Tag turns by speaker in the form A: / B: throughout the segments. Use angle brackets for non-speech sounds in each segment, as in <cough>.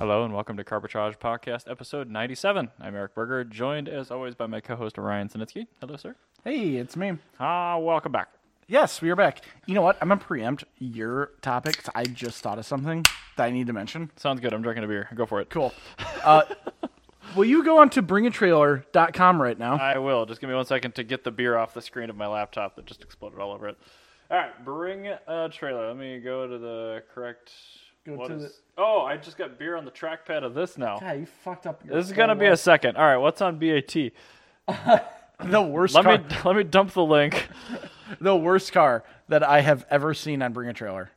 A: welcome to Carbitrage Podcast, episode 97. I'm Eric Berger, joined as always by my co host Ryan Sinitsky. Hello, sir.
B: Hey, it's me.
A: Ah, welcome back.
B: Yes, we are back. You know what? I'm gonna preempt your topic. 'cause I just thought of something that I need to mention.
A: Sounds good. I'm drinking a beer. Go for it.
B: <laughs> Cool. Uh, will you go on to bringatrailer.com right now?
A: I will. Just give me one second to get the beer off the screen of my laptop that just exploded all over it. All right, bring a trailer. Let me go to the correct.
B: Go
A: what
B: to
A: is- Oh, I just got beer on the trackpad of this now.
B: you fucked up.
A: This is gonna be a second. All right, what's on BAT?
B: the worst
A: Let
B: car.
A: me let me dump the link.
B: The worst car that I have ever seen on Bring a Trailer,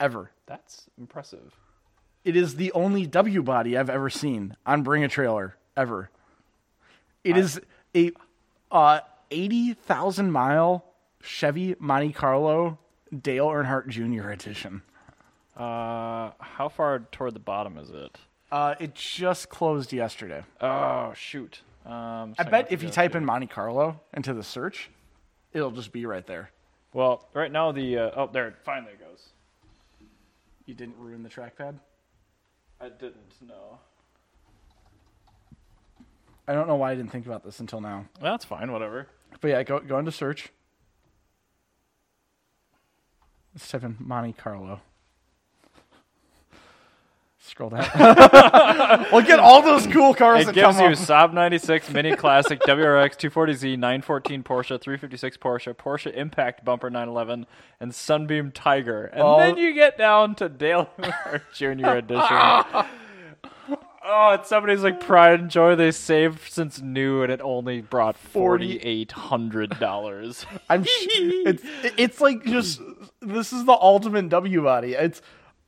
B: ever.
A: That's impressive.
B: It is the only W body I've ever seen on Bring a Trailer ever. It is a uh, eighty thousand mile Chevy Monte Carlo Dale Earnhardt Jr. edition.
A: Uh, how far toward the bottom is it?
B: Uh, it just closed yesterday.
A: Oh shoot. Um,
B: I bet if you type in Monte Carlo into the search, it'll just be right there.
A: Well, right now the uh, oh there it finally goes.
B: You didn't ruin the trackpad.
A: I didn't know.
B: I don't know why I didn't think about this until now.
A: Well, that's fine. Whatever.
B: But yeah, go go into search. Let's type in Monte Carlo. Scroll <laughs> down. Look at all those cool cars
A: It
B: that
A: gives
B: come
A: you
B: up. <laughs>
A: Saab 96 Mini Classic WRX 240Z 914 Porsche 356 Porsche Porsche Impact Bumper 911 and Sunbeam Tiger, and
B: All-
A: then you get down to Dale <laughs> Earnhardt Jr.
B: <laughs>
A: Edition. Oh, it's somebody's like pride and joy. They saved since new, and it only brought forty eight hundred
B: <laughs>
A: dollars.
B: I'm sh- it's it's like just this is the ultimate W body. It's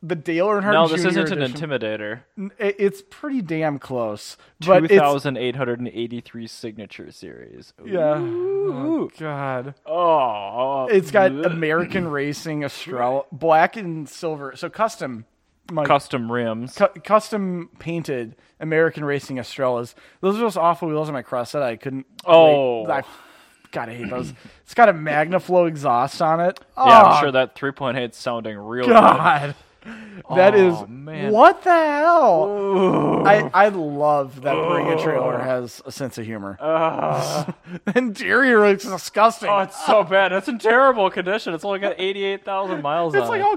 B: the Dale Earnhardt
A: No, this
B: Jr.
A: isn't an
B: edition.
A: intimidator.
B: It- It's pretty damn close, but
A: Two
B: it's
A: thousand eight hundred and eighty three signature series.
B: yeah. Oh, God,
A: Oh,
B: it's got American Racing Estrella, black and silver, so custom. Mike,
A: custom rims.
B: cu- custom painted American Racing Estrellas. Those are those awful wheels on my cross that I couldn't.
A: Oh.
B: wait. I, God, I hate those. It's got a MagnaFlow exhaust on it.
A: <laughs> Yeah,
B: Oh,
A: I'm sure that 3.8 's sounding real good.
B: <laughs> God, that is
A: Oh, man.
B: what the hell. I I love that Bring a Trailer has a sense of humor. <laughs> the interior looks disgusting.
A: Oh, it's so bad. It's in terrible condition. It's only got
B: <laughs>
A: 88,000 miles
B: it's
A: on
B: like
A: it.
B: all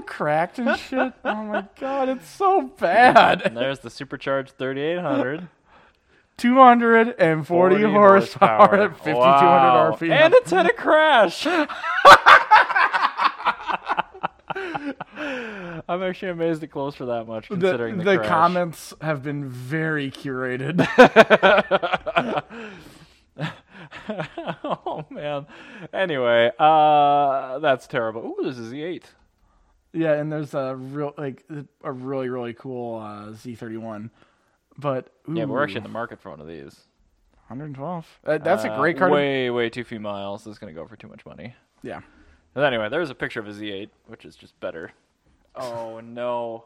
A: <laughs>
B: cracked and shit. oh my god, it's so bad.
A: And there's the supercharged 3800.
B: 240
A: 40
B: horsepower, <laughs> at 5200
A: Wow.
B: rpm
A: And it's had a
B: <laughs>
A: crash. <laughs> I'm actually amazed it closed for that much
B: the,
A: considering the,
B: the
A: crash.
B: comments have been
A: <laughs>
B: very curated
A: <laughs> oh, man. Anyway, uh, that's terrible. Ooh, this is the 8.
B: yeah and there's a real like a really really cool uh, z31 but ooh,
A: Yeah, but we're actually in the market for one of these.
B: 112 Uh, that's a
A: Uh,
B: great car to-
A: Way, way too few miles. This is going to go for too much money.
B: yeah
A: But anyway, there's a picture of a Z8, which is just better.
B: <laughs>
A: Oh no,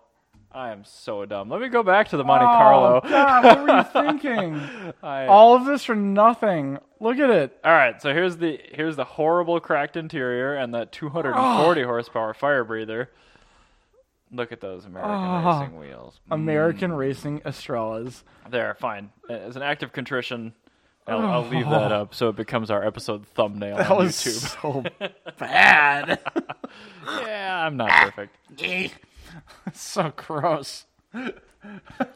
A: I am so dumb. Let me go back to the Monte
B: Oh,
A: Carlo.
B: God, what were you thinking?
A: <laughs> I- all
B: All of this for nothing. Look at it.
A: right, so here's the here's the horrible cracked interior and that 240 horsepower fire breather. Look at those American racing wheels.
B: American
A: Mm.
B: Racing Estrellas.
A: There, fine. As an act of contrition, I'll, I'll leave that up so it becomes our episode thumbnail
B: Oh. That
A: on
B: was
A: YouTube.
B: so
A: <laughs>
B: bad. <laughs>
A: Yeah, I'm not perfect.
B: so gross.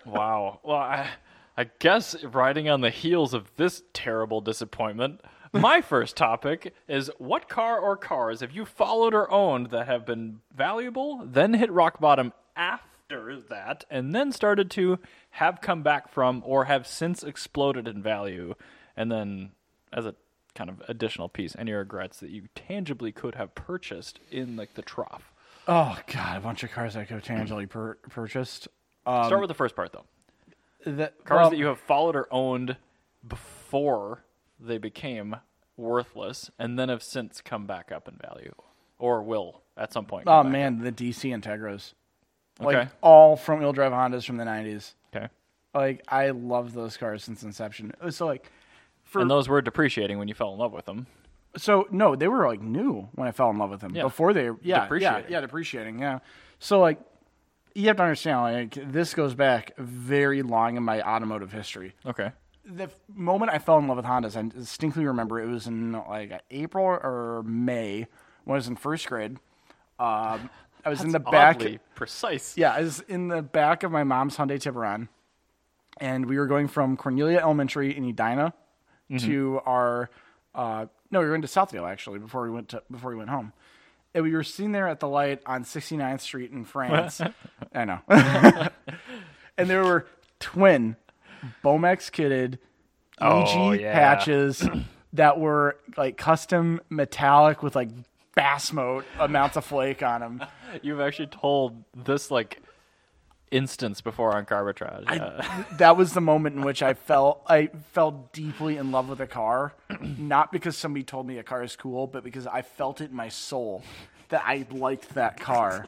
A: Wow. Well, I, I guess riding on the heels of this terrible disappointment, my first topic is what car or cars have you followed or owned that have been valuable, then hit rock bottom after that, and then started to have come back from or have since exploded in value? And then, as a kind of additional piece, any regrets that you tangibly could have purchased in like the trough?
B: Oh God, a bunch of cars I could have tangibly pur- purchased. Um,
A: Start with the first part, though.
B: the,
A: cars
B: well,
A: that you have followed or owned before they became worthless and then have since come back up in value or will at some point.
B: Oh
A: come back.
B: man, the DC Integros, like
A: Okay.
B: all front wheel drive Hondas from the '90s.
A: Okay.
B: Like I love those cars since inception. So like, for
A: And those were depreciating when you fell in love with them.
B: so no, they were like new when I fell in love with them.
A: Yeah.
B: Before they, yeah, yeah,
A: Depreciating.
B: yeah, depreciating, yeah. So like, you have to understand, like, this goes back very long in my automotive history.
A: Okay.
B: The f- moment I fell in love with Hondas, I distinctly remember it was in like April or May when I was in first grade. Um, I was in the back.
A: Oddly precise.
B: Yeah, I was in the back of my mom's Hyundai Tiburon, and we were going from Cornelia Elementary in Edina
A: Mm-hmm.
B: to our. Uh, no, we were into Southdale actually before we went to before we went home, and we were sitting there at the light on 69th Street in France.
A: <laughs>
B: I know, <laughs> and there were twin Bomex kitted EG
A: Oh, yeah. <clears throat>
B: patches that were like custom metallic with like basmote amounts of flake on them.
A: You've actually told this like instance before on Carbitrage. Uh, yeah.
B: <laughs> that was the moment in which I fell I fell deeply in love with a car, <clears throat> not because somebody told me a car is cool, but because I felt it in my soul that I liked that car.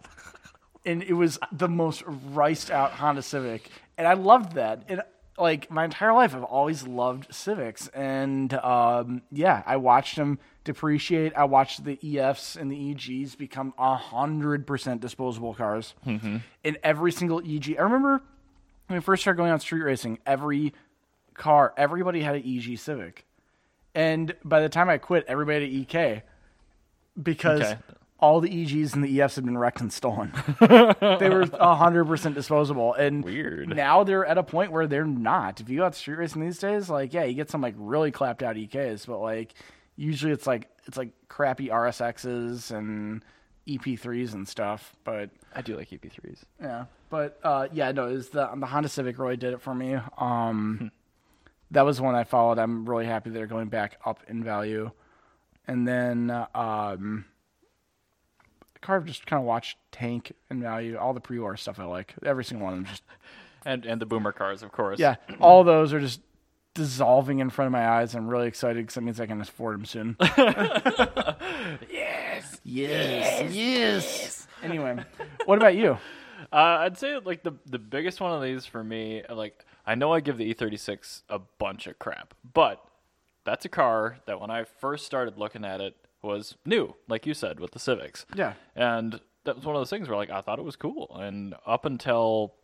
B: And it was the most riced out Honda Civic, and I loved that. And like my entire life, I've always loved Civics, and um, yeah, I watched them depreciate. I watched the EFs and the EGs become hundred percent disposable cars. In every single EG, I remember when we first started going on street racing, every car, everybody had an EG Civic. And by the time I quit, everybody had an EK because
A: Okay.
B: all the EGs and the EFs had been wrecked and stolen. <laughs> they were 100% disposable. And
A: Weird.
B: now they're at a point where they're not. If you go out street racing these days, like, yeah, you get some like really clapped out EKs, but like usually it's like, it's like crappy RSXs and EP3s and stuff. But
A: I do
B: E
A: like EP3s.
B: yeah, but uh, yeah, no, it was the the Honda Civic really did it for me. Um, that was one I followed. I'm really happy they're going back up in value. And then uh, um, Carve just kind of watched Tank in value. All the pre-war stuff I like. Every single one of them. Just
A: And and the boomer cars, of course.
B: yeah, all those are just dissolving in front of my eyes. I'm really excited because that means I can afford them soon.
A: Yes.
B: yes, yes. Anyway, what about you?
A: Uh, I'd say like the the biggest one of these for me, like I know I give the E36 a bunch of crap, but that's a car that when I first started looking at it was new, like you said with the Civics.
B: Yeah.
A: And that was one of those things where like I thought it was cool, and up until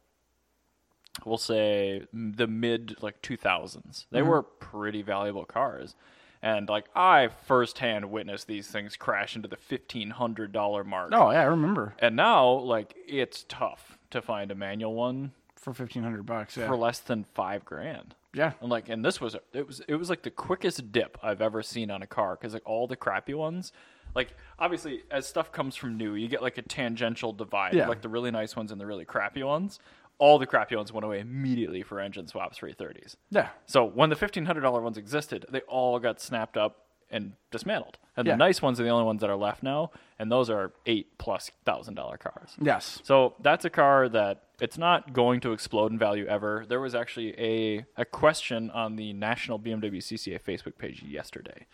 A: we'll say m- the mid like 2000s, they
B: Mm-hmm.
A: were pretty valuable cars. And like I firsthand witnessed these things crash into the fifteen hundred dollar mark.
B: Oh yeah, I remember
A: And now, like, it's tough to find a manual one
B: for fifteen hundred bucks. Yeah.
A: for less than five grand.
B: yeah.
A: And like, and this was it was it was like the quickest dip I've ever seen on a car because like all the crappy ones, like obviously as stuff comes from new, you get like a tangential divide,
B: Yeah.
A: like the really nice ones and the really crappy ones. All the crappy ones went away immediately for engine swaps for E30s.
B: Yeah.
A: So when the fifteen hundred dollar ones existed, they all got snapped up and dismantled. And
B: Yeah.
A: the nice ones are the only ones that are left now, and those are eight plus thousand dollar cars.
B: Yes.
A: So that's a car that it's not going to explode in value ever. There was actually a, a question on the National BMW CCA Facebook page yesterday.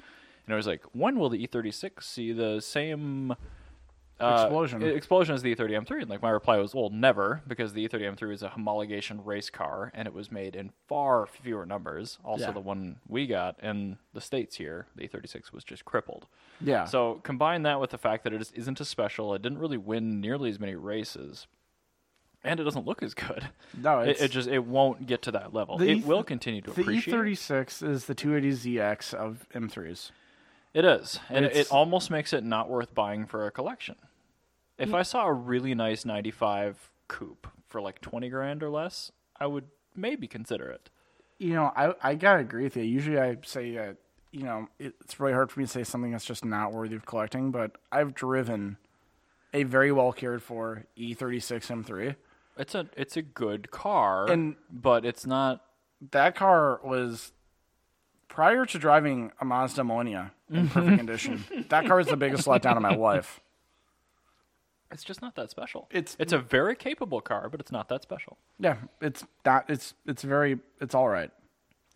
A: And it was like, when will the E36 see the same uh,
B: Explosion.
A: e- explosion as the E30 M3? And like my reply was, well, never, because the E E30 M3 is a homologation race car and it was made in far fewer numbers. Also,
B: Yeah.
A: the one we got in the States here, the E36 was just crippled.
B: Yeah.
A: So combine that with the fact that it just isn't as special. It didn't really win nearly as many races, and it doesn't look as good.
B: No,
A: it,
B: it's-
A: it just it won't get to that level.
B: The
A: It
B: E-
A: will continue to
B: the
A: appreciate.
B: E36 is the 280ZX of M3s.
A: It is, and it,
B: It's-
A: it almost makes it not worth buying for a collection. If I saw a really nice '95 coupe for like twenty grand or less, I would maybe consider it.
B: You know, I I gotta agree with you. Usually, I say that you know it's really hard for me to say something that's just not worthy of collecting, but I've driven a very well cared for E E36 M3.
A: It's a it's a good car,
B: And-
A: but it's not.
B: That car was prior to driving a Mazda Millennia
A: <laughs>
B: in perfect condition. That car was the biggest letdown of my life.
A: It's just not that special.
B: It's-
A: it's a very capable car, but it's not that special.
B: Yeah, it's not. It's it's very. It's all right.
A: It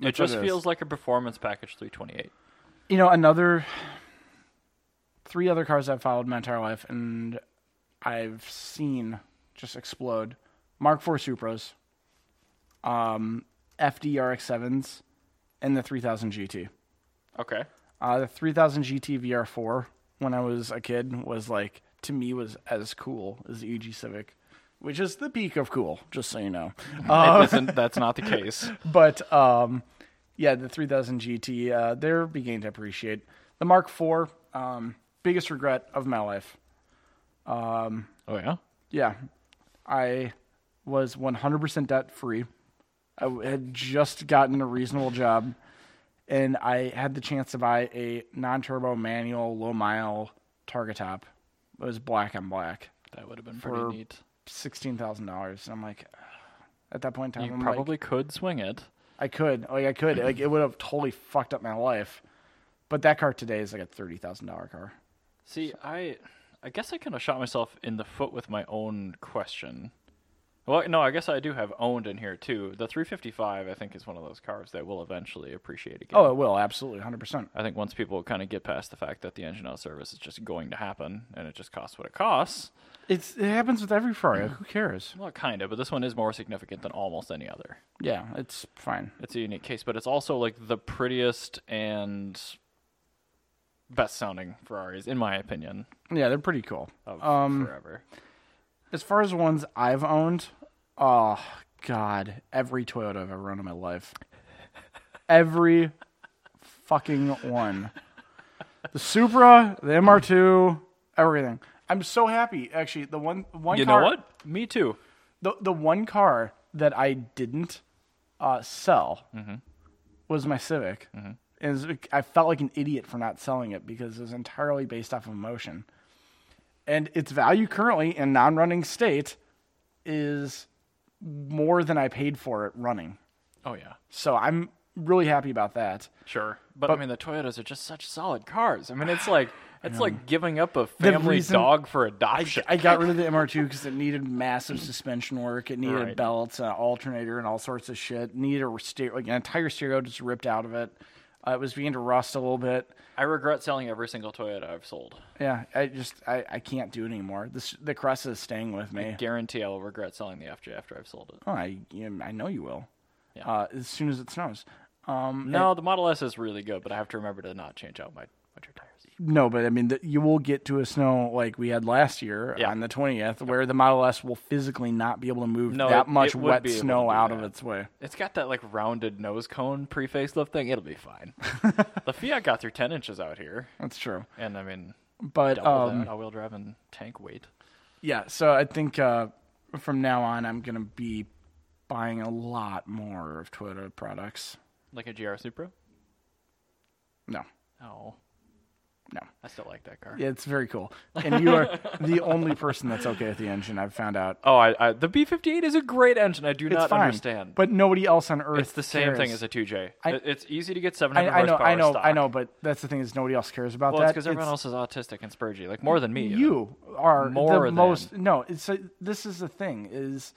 B: That's what
A: just
B: it is.
A: feels like a performance package 328.
B: you know another three other cars I've followed my entire life and I've seen just explode Mark IV Supras, um, FD RX7s, and the 3000 GT.
A: Okay.
B: Uh, the 3000 GT VR4 when I was a kid was like to me was as cool as the EG E Civic. which is the peak of cool, just so you know.
A: it isn't. That's not the case.
B: But um, yeah, the 3000 GT, uh, they're beginning to appreciate. The Mark IV, um, biggest regret of my life.
A: Oh yeah.
B: Yeah, I was 100% debt free. I w- had just gotten a reasonable job, and I had the chance to buy a non-turbo manual low mile target top. It was black on black,
A: That would have been pretty
B: For-
A: neat.
B: sixteen thousand dollars. And I'm like, at that point in time,
A: You
B: I'm like,
A: probably could swing it.
B: I could, like, I could, like, it would have totally fucked up my life. But that car today is like a thirty thousand dollar car.
A: See, I, I guess I kind of shot myself in the foot with my own question. Well, no, I guess I do have owned in here too. The 355, I think, is one of those cars that will eventually appreciate again.
B: Oh, it will absolutely, hundred percent.
A: I think once people kind of get past the fact that the engine out service is just going to happen and it just costs what it costs.
B: It's it happens with every Ferrari. Who cares?
A: Well, kind of, but this one is more significant than almost any other.
B: Yeah, it's fine.
A: It's a unique case, but it's also like the prettiest and best sounding Ferraris, in my opinion,
B: Yeah, they're pretty cool.
A: of forever.
B: As far as ones I've owned, oh god, every Toyota I've ever owned in my life, every fucking one. The Supra, the MR2, everything. I'm so happy. Actually, the one one
A: You
B: car,
A: know what? Me too.
B: the the one car that I didn't uh, sell was my Civic, mm-hmm. and it was- I felt like an idiot for not selling it because it was entirely based off of emotion, and its value currently in non-running state is more than I paid for it running.
A: Oh yeah.
B: So I'm really happy about that.
A: Sure, but, I mean the Toyotas are just such solid cars. I mean it's <sighs> like it's like giving up a
B: The
A: family
B: reason-
A: dog for adoption.
B: I got rid of the MR2 because it needed massive suspension work. It needed
A: Right.
B: belts, an alternator, and all sorts of shit. It needed a stereo, like an entire stereo just ripped out of it. Uh, it was beginning to rust a little bit.
A: I regret selling every single Toyota I've sold.
B: Yeah, I just I, I can't do it anymore. This the Cressa is staying with me.
A: Guarantee I will regret selling the FJ after I've sold it.
B: Oh, I you, I know you will.
A: Yeah.
B: Uh, as soon as it snows. Um,
A: No, the Model S is really good, but I have to remember to not change out my winter tires.
B: no, but I mean, the, you will get to a snow like we had last year
A: Yeah.
B: on the twentieth, where the Model S will physically not be able to move
A: No,
B: that
A: it-
B: much
A: it would
B: wet
A: be able to
B: snow
A: do
B: out of
A: that.
B: its way.
A: It's got that like rounded nose cone pre facelift thing. It'll be
B: <laughs>
A: fine. the Fiat got through ten inches out here,
B: That's true.
A: and I mean
B: But
A: double
B: um,
A: that all wheel drive and tank weight.
B: Yeah, so I think uh, from now on, I'm gonna be buying a lot more of Toyota products.
A: Like a GR Supra.
B: No,
A: Oh,
B: no,
A: I still like that car.
B: Yeah, it's very cool, and you
A: <laughs>
B: are the only person that's okay with the engine. I've found out.
A: Oh, I, I the B fifty eight is a great engine. I do
B: It's
A: not
B: fine,
A: understand.
B: but nobody else on earth.
A: It's the same thing as a 2J.
B: I-
A: It- it's easy to get 700
B: I, I know,
A: horsepower
B: I know,
A: stock.
B: I know, but that's the thing is nobody else cares about
A: Well,
B: that.
A: it's because everyone
B: It's-
A: else is autistic and spurgy, like more than me. even.
B: you are
A: More
B: the
A: than.
B: most. No, it's a, this is the thing is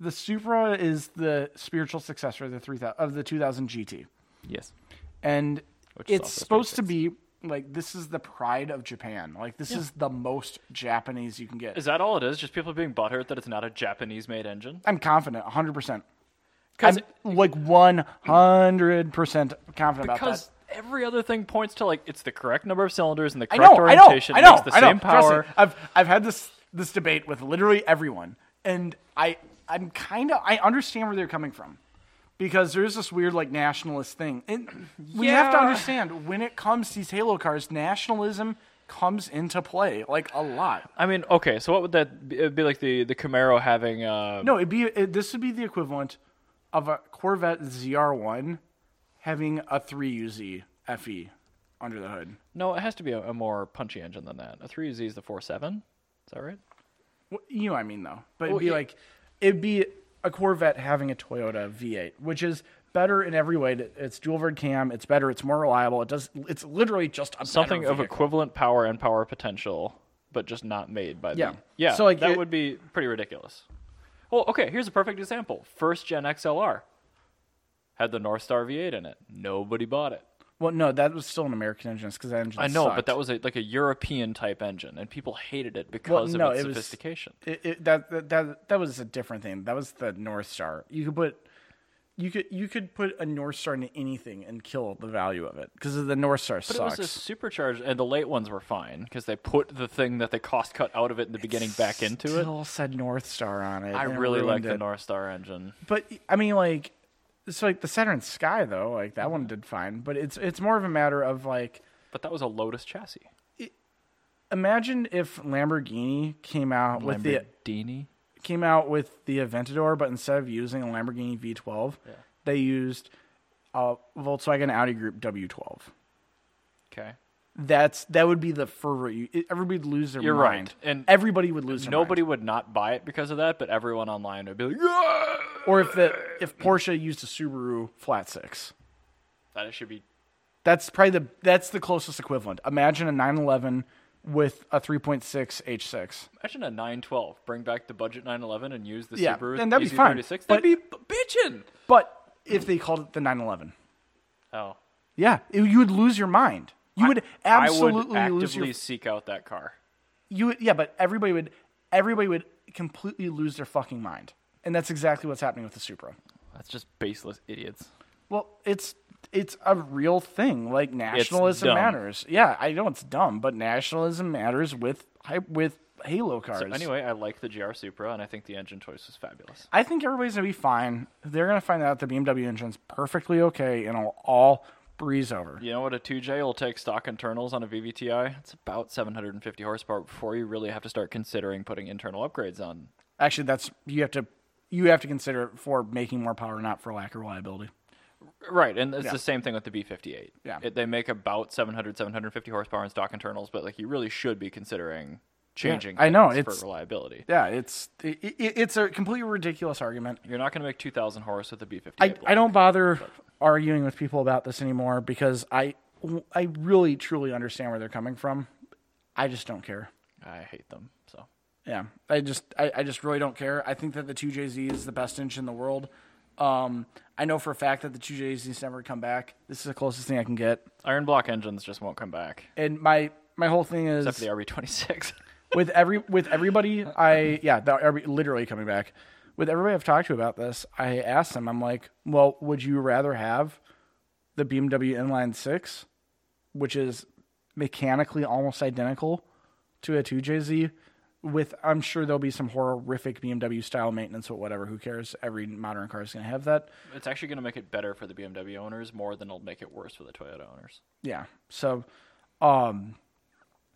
B: the Supra is the spiritual successor of the three thousand of the two thousand GT.
A: Yes.
B: and
A: Which is
B: it's
A: also
B: supposed to be like this is the pride of Japan. Like this is the most Japanese you can get.
A: Is that all it is? Just people being butthurt that it's not a Japanese-made engine?
B: I'm confident, 100. percent
A: 'Cause
B: I'm like 100 percent confident about that.
A: Because every other thing points to like it's the correct number of cylinders and the
B: I
A: correct
B: know, I know,
A: orientation.
B: I know,
A: It's the
B: I know.
A: same
B: Trust me,
A: power.
B: I've I've had this this debate with literally everyone, and I I'm kind of I understand where they're coming from. Because there's this weird like nationalist thing, and we have to
A: Yeah.
B: understand when it comes to these Halo cars, nationalism comes into play like a lot.
A: I mean, okay, so what would that be, it'd be like the the Camaro having? Uh,
B: No, it'd be it, this would be the equivalent of a Corvette ZR1 having a 3UZ FE E under the hood.
A: no, it has to be a, a more punchy engine than that. A 3Z is the 47. Is that right?
B: Wh- You know what I mean though. But it'd be
A: yeah.
B: like it'd be a Corvette having a Toyota V8, which is better in every way. It- It's dual bird cam. It's better. It's more reliable. It does. It's literally just a
A: something
B: better
A: of
B: vehicle.
A: equivalent power and power potential, but just not made by
B: Yeah.
A: them. Yeah,
B: So,
A: so
B: like,
A: like that
B: it-
A: would be pretty ridiculous. Well, okay, here's a perfect example. First gen XLR had the North Star V8 in it. Nobody bought it.
B: Well, no, that was still an American engine because that engine.
A: I know,
B: sucked.
A: but that was a, like a European type engine, and people hated it because
B: Well,
A: of
B: no,
A: its
B: it was-
A: sophistication.
B: it, it, that, that that that was a different thing. That was the North Star. You could put You could you could put a North Star into anything and kill the value of it because the North Star
A: But
B: sucks.
A: it was a supercharged, and the late ones were fine because they put the thing that they cost cut out of it in the beginning back into it.
B: Still said North Star on it.
A: I
B: and it
A: really like
B: ruined
A: the
B: it.
A: North Star engine.
B: But I mean, like, it's like the Saturn Sky though. Like that one did fine, but it's it's more of a matter of like,
A: But that was a Lotus chassis.
B: imagine if Lamborghini came out with the
A: Lamborghini.
B: came out with the Aventador, but instead of using a Lamborghini V12, they used a Volkswagen Audi Group W12.
A: Okay.
B: That's that would be the fervor. You, it- everybody would lose their
A: You're right,
B: mind,
A: and
B: everybody would lose. Their
A: Nobody would not buy it because of that, but everyone online would be like, "Yeah!"
B: mind. or if the if Porsche used a Subaru flat six.
A: That it should be.
B: That's probably the that's the closest equivalent. Imagine a 911 with a 3.6 H6.
A: Imagine a 912. Bring back the budget 911 and use the
B: Yeah,
A: Subaru. E
B: then that'd be fine,
A: EC36.
B: but-
A: That'd be bitching.
B: But if they called it the 911,
A: Oh,
B: yeah, it- you would lose your mind. You would absolutely
A: I would
B: lose
A: actively
B: your
A: seek out that car.
B: you would, yeah, but everybody would everybody would completely lose their fucking mind. And that's exactly what's happening with the Supra.
A: That's just baseless idiots.
B: Well, it's it's a real thing. Like nationalism
A: dumb.
B: matters. Yeah, I know it's dumb, but nationalism matters with hy- with Halo cars.
A: So anyway, I like the GR Supra, and I think the engine choice was fabulous.
B: I think everybody's gonna be fine. They're gonna find out the BMW engine's perfectly okay, and it'll all breeze over.
A: You know what? A 2J will take stock internals on a VVTi. It's about 750 horsepower before you really have to start considering putting internal upgrades on.
B: Actually, that's you have to you have to consider it for making more power, not for lack of reliability.
A: Right, and it's the same thing with the B58.
B: Yeah.
A: It, they make about 700, 750 horsepower on stock internals, but like you really should be considering changing.
B: I know,
A: things
B: it's-
A: for reliability.
B: Yeah, it's it, it, it's a completely ridiculous argument.
A: You're not going to make 2,000 horse with a B58.
B: I,
A: block.
B: I don't bother arguing with people about this anymore because I I really truly understand where they're coming from. I just don't care.
A: I hate them. So
B: Yeah, I just I, I just really don't care. I think that the two JZ is the best inch in the world. Um, I know for a fact that the two JZs never come back. This is the closest thing I can get.
A: iron block engines just won't come back.
B: And my my whole thing is
A: Except for the RB26. <laughs>
B: with every with everybody I yeah the, every, literally coming back with everybody I've talked to about this I asked them I'm like well would you rather have the BMW inline six which is mechanically almost identical to a 2JZ with I'm sure there'll be some horrific BMW style maintenance but whatever who cares every modern car is going to have that
A: it's actually going to make it better for the BMW owners more than it'll make it worse for the Toyota owners.
B: Yeah. So, um,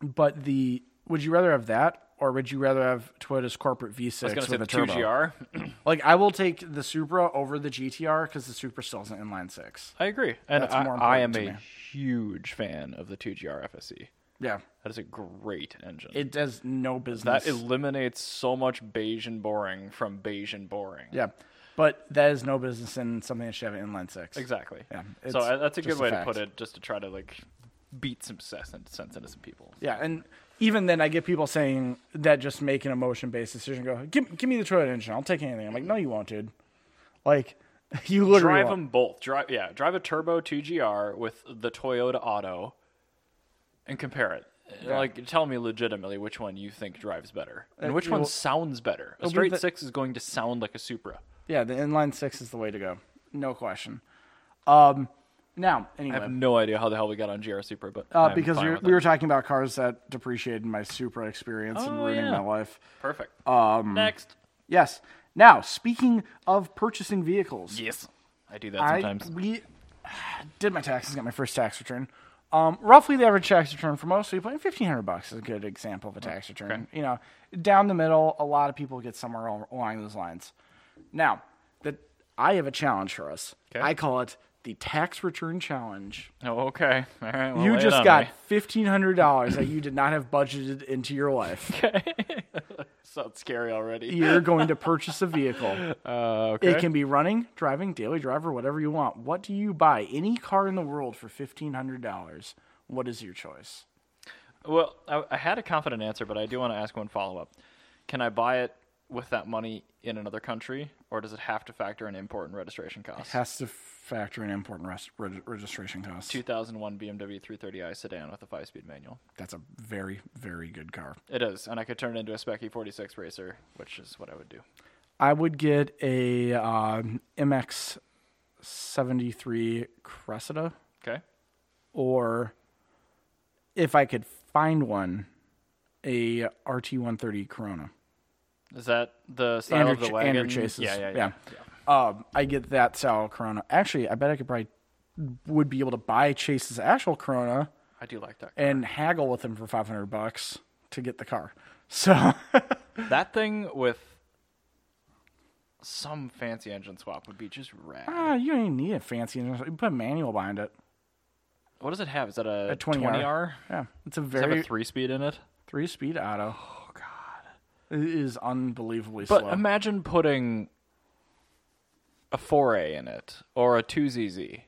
B: but the would you rather have that or would you rather have Toyota's corporate V6
A: I was
B: with
A: going
B: a
A: to say the
B: turbo?
A: 2GR.
B: Like I will take the Supra over the GTR because the Supra still has an inline six.
A: <laughs> I agree. And
B: That's
A: I,
B: more
A: I am
B: important
A: a
B: to me.
A: huge fan of the 2GR FSE.
B: Yeah,
A: E. That is a great engine.
B: it does no business.
A: that eliminates so much beige and boring from beige and boring.
B: yeah, but that is no business in something that should have an inline six.
A: Exactly.
B: Yeah,
A: so
B: it's
A: I, that's a
B: just
A: good
B: a
A: way to
B: fact.
A: put it, just to try to like beat some sense, sense into some people.
B: Yeah, and even then, I get people saying that just make an emotion based decision. Go, give, give me the Toyota engine. I'll take anything. I'm like, no, you won't, dude. Like, <laughs> you literally
A: Drive
B: won't.
A: them both. Drive yeah. Drive a turbo 2GR with the Toyota Auto, and compare it. Uh, Like, tell me legitimately which one you think drives better, and which one
B: Uh, it'll-
A: sounds better. A
B: be
A: straight
B: the-
A: six is going to sound like a Supra.
B: Yeah, the inline six is the way to go. No question. Um, now,
A: I have
B: anyway,
A: no idea how the hell we got on GR Supra, but
B: uh,
A: I'm
B: because
A: fine
B: we were,
A: with it.
B: we were talking about cars that depreciated my Supra experience and
A: Oh,
B: ruining
A: yeah.
B: my life.
A: perfect. Um, Next,
B: Yes. Now, speaking of purchasing vehicles,
A: yes, I do that
B: I
A: sometimes.
B: we <sighs> did my taxes, got my first tax return. Um, roughly the average tax return for most people, fifteen hundred bucks is a good example of a tax return. You know, down the middle, a lot of people get somewhere al- along those lines. Now, that I have a challenge for us.
A: Okay.
B: I call it the tax return challenge.
A: Oh, okay. All right. well,
B: you
A: lay it
B: just
A: on
B: got
A: me.
B: fifteen hundred dollars that you did not have budgeted into your
A: <laughs>
B: life.
A: sounds scary already.
B: You're going to purchase a vehicle.
A: Uh, okay.
B: It can be running, driving, daily driver, whatever you want. What do you buy? Any car in the world for fifteen hundred dollars. What is your choice?
A: Well, I, I had a confident answer, but I do want to ask one follow up. Can I buy it with that money in another country, or does it have to factor in import and registration costs?
B: Has to factor in import and res- reg- registration costs.
A: 2001 BMW 330i sedan with a five speed manual.
B: That's a very, very good car.
A: It is, and I could turn it into a Speccy 46 racer, which is what I would do.
B: I would get a um, MX 73 Cressida,
A: Okay.
B: or if I could find one, a RT 130 Corona.
A: Is that the style
B: Andrew,
A: of the
B: Ch-
A: wagon?
B: Andrew Chase's.
A: Yeah, yeah, yeah.
B: Um, I get that style Corona. Actually, I bet I could probably would be able to buy Chase's actual Corona
A: I do like that.
B: and haggle with him for 500 bucks to get the car. <laughs> So
A: that thing with some fancy engine swap would be just rad.
B: ah, you don't even need a fancy. You put a manual behind it.
A: What does it have? Is that a,
B: 20R.
A: 20R?
B: Yeah, it's a
A: Does it have
B: very
A: a three speed in it?
B: three speed auto. Oh god, um, it is unbelievably
A: But
B: slow.
A: imagine putting a 4A in it or a 2ZZ.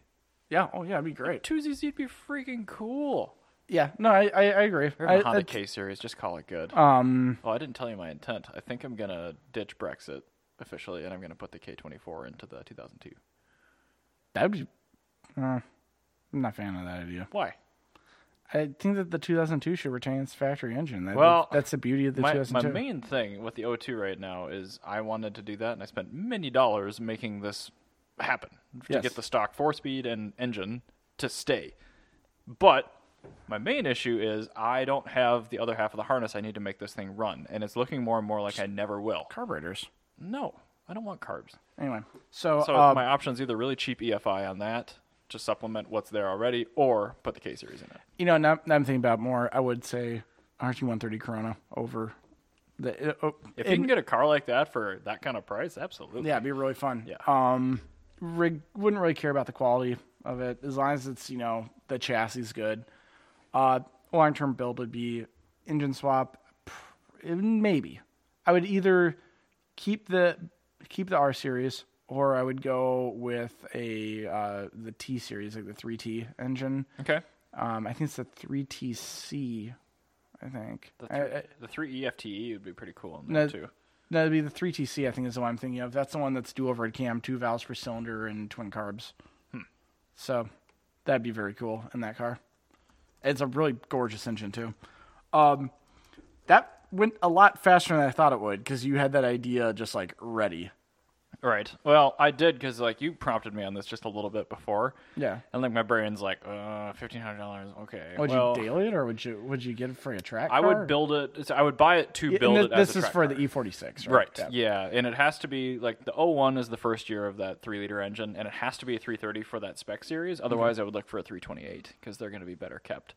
B: yeah, oh yeah, it'd be great.
A: 2ZZ would be freaking cool.
B: Yeah, no, I I, I agree.
A: I,
B: I,
A: Honda
B: it's-
A: K series, just call it good.
B: um,
A: oh, I didn't tell you my intent. I think I'm gonna ditch Brexit officially, and I'm gonna put the K24 into the 2002.
B: that'd be. Uh, I'm not a fan of that idea.
A: Why?
B: I think that the 2002 should retain its factory engine. That,
A: Well,
B: that's the beauty of the
A: My, my
B: 2002.
A: main thing with the O2 right now is I wanted to do that, and I spent many dollars making this happen to
B: Yes.
A: get the stock four speed and engine to stay. But my main issue is I don't have the other half of the harness I need to make this thing run, and it's looking more and more like I never will.
B: Carburetors.
A: No, I don't want carbs.
B: Anyway, so,
A: So
B: uh,
A: my option's either really cheap EFI on that to supplement what's there already, or put the K series in it.
B: you know, now, now I'm thinking about more. I would say RT130 Corona over the. Uh,
A: If you can get a car like that for that kind of price, absolutely.
B: yeah, it'd be really fun.
A: Yeah.
B: Um, rig, wouldn't really care about the quality of it as long as it's you know the chassis is good. Uh, long term build would be engine swap, pr- eh, maybe. I would either keep the keep the R series or I would go with a uh, the T series like the three T engine.
A: Okay.
B: Um, I think it's the three TC. I think
A: The
B: I-
A: three,
B: I-
A: the three E EFTE would be pretty cool in
B: No,
A: there too.
B: no, it'd be the three TC. I think is the one I'm thinking of. That's the one that's dual overhead cam, two valves per cylinder, and twin carbs. Hmm. So that'd be very cool in that car. It's a really gorgeous engine too. Um, that went a lot faster than I thought it would because you had that idea just like ready.
A: Right. Well, I did because like you prompted me on this just a little bit before,
B: Yeah.
A: and like my brain's like, uh, fifteen hundred dollars. Okay.
B: Would
A: well,
B: you daily it or would you would you get it for a track?
A: I
B: car?
A: would build it. so I would buy it to
B: And
A: build
B: thi-
A: it.
B: This
A: as a
B: is
A: track
B: for
A: car.
B: the E46, right?
A: Right.
B: Yeah.
A: Yeah. and it has to be like the 01 is the first year of that three liter engine, and it has to be a 330 for that spec
B: Mm-hmm.
A: series. Otherwise, I would look for a 328 because they're going to be better kept.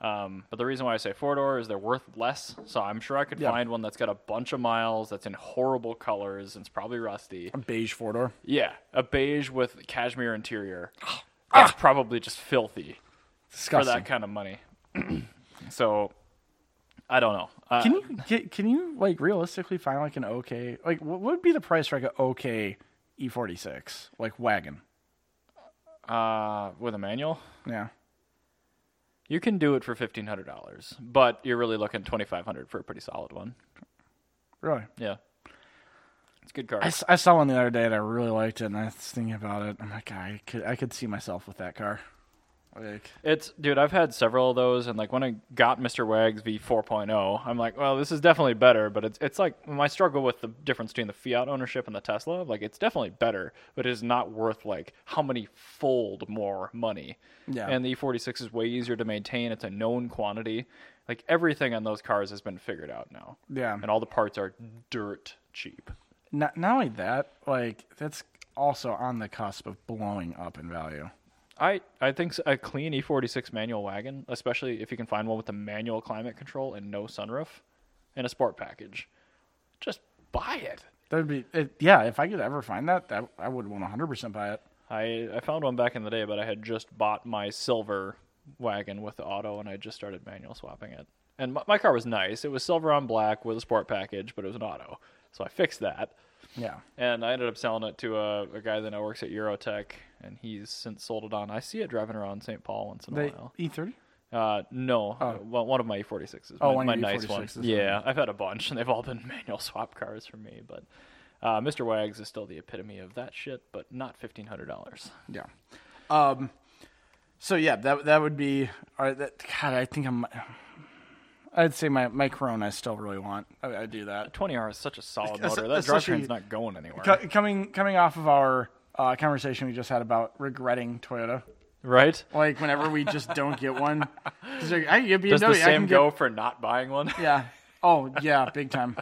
A: Um, but the reason why I say four door is they're worth less, so I'm sure I could
B: Yeah.
A: find one that's got a bunch of miles, that's in horrible colors, and it's probably rusty.
B: Beige four door.
A: Yeah, a beige with cashmere
B: <gasps>
A: interior.
B: Ah!
A: That's probably just filthy for
B: Disgusting.
A: that kind of money. <clears throat> so, I don't know. Uh,
B: Can you can, can you like realistically find like an okay like what would be the price for like an okay E forty six like wagon?
A: uh, with a manual,
B: Yeah,
A: you can do it for fifteen hundred dollars, but you're really looking twenty five hundred for a pretty solid one.
B: really.
A: Yeah, it's a good car.
B: I, s- I saw one the other day and I really liked it, and I was thinking about it. I'm like, I could I could see myself with that car. Like,
A: It's dude, I've had several of those and like when I got Mr. Wags V4.0, oh, I'm like, well, this is definitely better, but it's it's like my struggle with the difference between the Fiat ownership and the Tesla, like it's definitely better, but it is not worth like how many fold more money.
B: Yeah.
A: And the E46 is way easier to maintain, it's a known quantity. Like everything on those cars has been figured out now.
B: Yeah.
A: And all the parts are dirt cheap.
B: not not only that, like that's also on the cusp of blowing up in value.
A: I, I think s- a clean E46 manual wagon, especially if you can find one with a manual climate control and no sunroof and a sport package, just buy it.
B: That'd be it, yeah. If I could ever find that, that I would 100 percent buy it.
A: I, I found one back in the day, but I had just bought my silver wagon with the auto and I just started manual swapping it. And my, my car was nice. It was silver on black with a sport package, but it was an auto. So I fixed that.
B: Yeah,
A: And I ended up selling it to a, a guy that now works at Eurotech, and he's since sold it on. I see it driving around St. Paul once in a
B: the
A: while.
B: E30.
A: Uh, no. Uh, Well, one of my E46s.
B: Oh,
A: my,
B: one
A: my
B: of your
A: nice one.
B: E46s, okay.
A: Yeah, I've had a bunch, and they've all been <laughs> manual swap cars for me. But uh, Mr. Wags is still the epitome of that shit, but not fifteen hundred dollars.
B: Yeah. Um. So yeah, that that would be. All right. That God, I think I'm. I'd say my my Corona I still really want. I, I do that.
A: Twenty R is such a solid
B: Es-
A: motor. That
B: especially-
A: drivetrain's not going anywhere.
B: Co- coming coming off of our uh, conversation we just had about regretting Toyota.
A: right?
B: Like whenever we just don't
A: <laughs>
B: get one, 'Cause, like, I can get
A: Does
B: BMW,
A: the
B: I can
A: same
B: get-
A: go for not buying
B: <laughs>
A: one? <laughs>
B: yeah. Oh yeah, big time.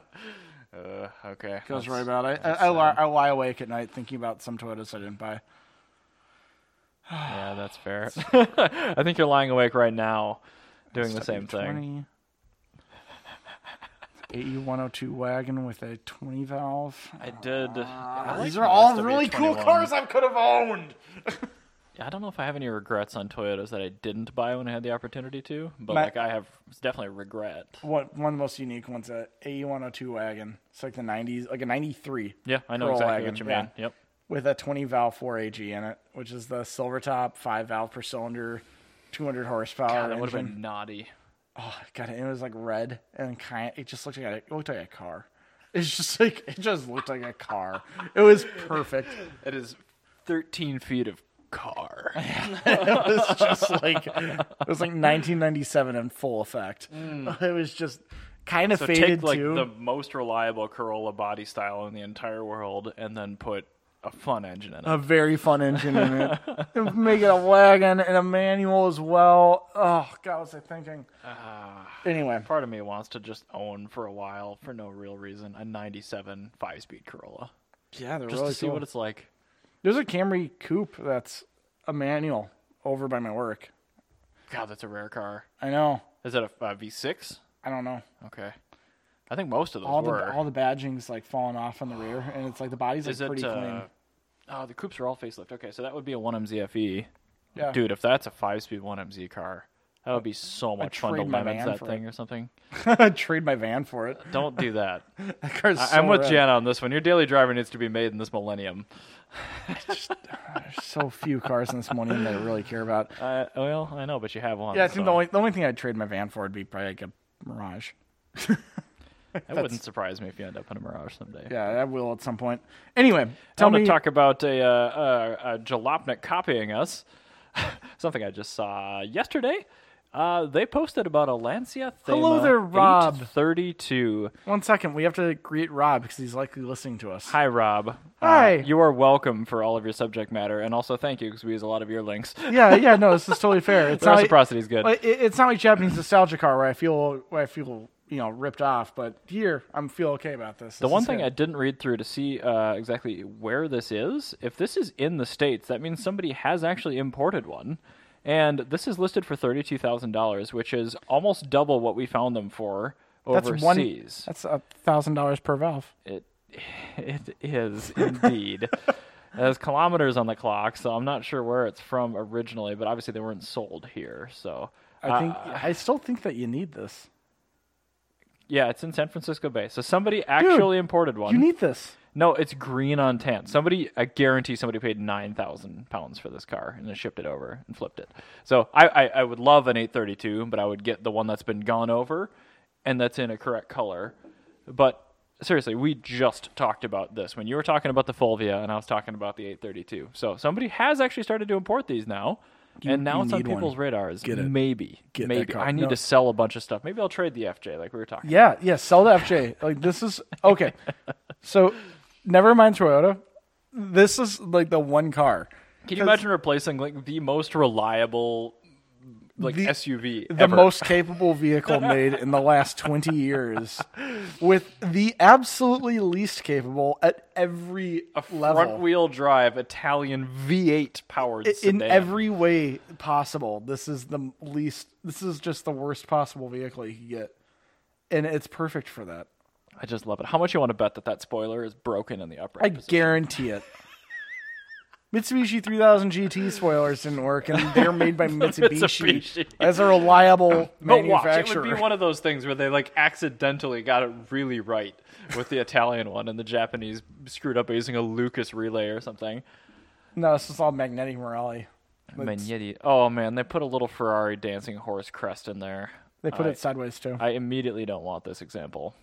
A: Uh, okay.
B: That's
A: that's-
B: right about it. I, I, lie, I lie awake at night thinking about some Toyotas I didn't buy.
A: Yeah, that's
B: <laughs>
A: fair. <laughs> I think you're lying awake right now doing the same thing.
B: AE 102 wagon with a 20 valve.
A: I did. I like
B: These
A: the
B: are all
A: rest of
B: really cool
A: A21.
B: cars I could have owned.
A: I don't know if I have any regrets on Toyotas that I didn't buy when I had the opportunity to, but
B: My-
A: like I have it's definitely a regret.
B: What one of the most unique ones? uh, A AE 102 wagon. It's like the 90s, like a 93
A: Yeah, I know
B: Pearl
A: exactly
B: wagon,
A: what you
B: yeah.
A: mean. Yep.
B: with a 20 valve 4AG in it, which is the silver top five valve per cylinder, 200 horsepower.
A: that would have
B: engine.
A: been naughty.
B: Oh <laughs> god, it was like red and kind. It just looked like a, it looked like a car. It's just <laughs> like it just looked like a car. It was perfect. <laughs>
A: It is 13 feet of
B: <laughs>
A: car.
B: It was just like it was like 1997 in full effect. <laughs> It was just kind of
A: Mm. So
B: faded
A: take like
B: too.
A: the most reliable Corolla body style in the entire world, and then put a fun engine in it.
B: a very fun engine in it. And <laughs> Make it a wagon and a manual as well. Oh god, what was I thinking?
A: Ah.
B: anyway,
A: Part of me wants to just own for a while, for no real reason, a '97 five-speed Corolla
B: yeah, they're
A: just
B: really
A: to see
B: cool.
A: what it's like.
B: There's a Camry coupe that's a manual over by my work.
A: God, that's a rare car.
B: I know.
A: Is that a, a V6?
B: I don't know.
A: Okay, I think most of those
B: all
A: were.
B: the all the badging's like falling off on the rear, and it's like the body's like
A: Is it?
B: pretty clean.
A: uh, Oh, the coupes are all facelift. Okay, so that would be a 1MZFE.
B: Yeah.
A: E. Dude, if that's a five-speed 1MZ car, that would be so much fun to
B: trade my
A: lemons
B: van
A: that
B: for
A: thing or <laughs> something.
B: <laughs> I'd trade my van
A: <laughs>
B: for it.
A: Don't do that.
B: That car's
A: I-
B: so
A: I'm with
B: rad.
A: Jana on this one. Your daily driver needs to be made in this millennium.
B: There's so few cars in this morning that I really
A: <laughs>
B: care about.
A: Uh, well, I know, but you have one.
B: Yeah, I think the
A: so
B: only the only thing I'd trade my van for would be probably like a Mirage.
A: It wouldn't surprise me if you end up in a Mirage someday.
B: Yeah, that will at some point. Anyway,
A: I
B: tell
A: want to
B: me.
A: talk about a, uh, uh, a Jalopnik copying us. <laughs> Something I just saw yesterday. Uh, they posted about a Lancia Thema
B: Hello there, Rob.
A: 832.
B: one second, we have to greet Rob because he's likely listening to us.
A: Hi, Rob. Uh,
B: Hi.
A: you are welcome for all of your subject matter, and also thank you because we use a lot of your links.
B: Yeah, yeah, no, this is totally fair. <laughs> It's not like,
A: Reciprocity is good.
B: like, it- it's not like Japanese nostalgia car where I feel where I feel you know ripped off, but here I'm feel okay about this.
A: The one thing I didn't read through to see uh, exactly where this is, if this is in the States, that means somebody has actually imported one. And this is listed for $32,000, which is almost double what we found them for
B: That's one-
A: overseas.
B: That's a thousand dollars per valve.
A: It, it
B: <laughs>
A: is indeed. There's kilometers on the clock, so I'm not sure where it's from originally, but obviously they weren't sold here. So,
B: I think I still think that you need this.
A: yeah, it's in San Francisco Bay. So somebody actually imported one.
B: You need this.
A: No, it's green on tan. Somebody, I guarantee, somebody paid nine thousand pounds for this car and then shipped it over and flipped it. So I, I, I would love an eight thirty two, but I would get the one that's been gone over, and that's in a correct color. But seriously, we just talked about this when you were talking about the Fulvia and I was talking about the eight thirty two. So somebody has actually started to import these now, and now
B: you
A: it's on
B: need one.
A: people's radars.
B: Get it.
A: Maybe,
B: Get that
A: maybe
B: car.
A: I need
B: No.
A: to sell a bunch of stuff. Maybe I'll trade the FJ like we were talking.
B: Yeah, yeah. Sell to FJ. like this is <laughs> okay. So, never mind Toyota. This is like the one car.
A: Can you imagine replacing like the most reliable like
B: The-
A: SUV
B: The
A: ever?
B: most capable vehicle made in the last 20 years with the absolutely least capable at every level.
A: front wheel drive Italian V8 powered
B: in
A: sedan?
B: every way possible. This is the least. This is just the worst possible vehicle you could get, and it's perfect for that.
A: I just love it. How much you want to bet that that spoiler is broken in the upright?
B: I
A: position?
B: guarantee it. Mitsubishi 3000 GT spoilers didn't work, and they're
A: <laughs>
B: made by Mitsubishi,
A: Mitsubishi.
B: as a reliable
A: But watch, it would
B: manufacturer.
A: be one of those things where they like accidentally got it really right with the Italian one, and the Japanese screwed up by using a Lucas relay or something.
B: no, this is all Magnetic Morelli. Like,
A: Magnetti. Oh man, they put a little Ferrari dancing horse crest in there.
B: They put
A: I-
B: it sideways too.
A: I immediately don't want this example.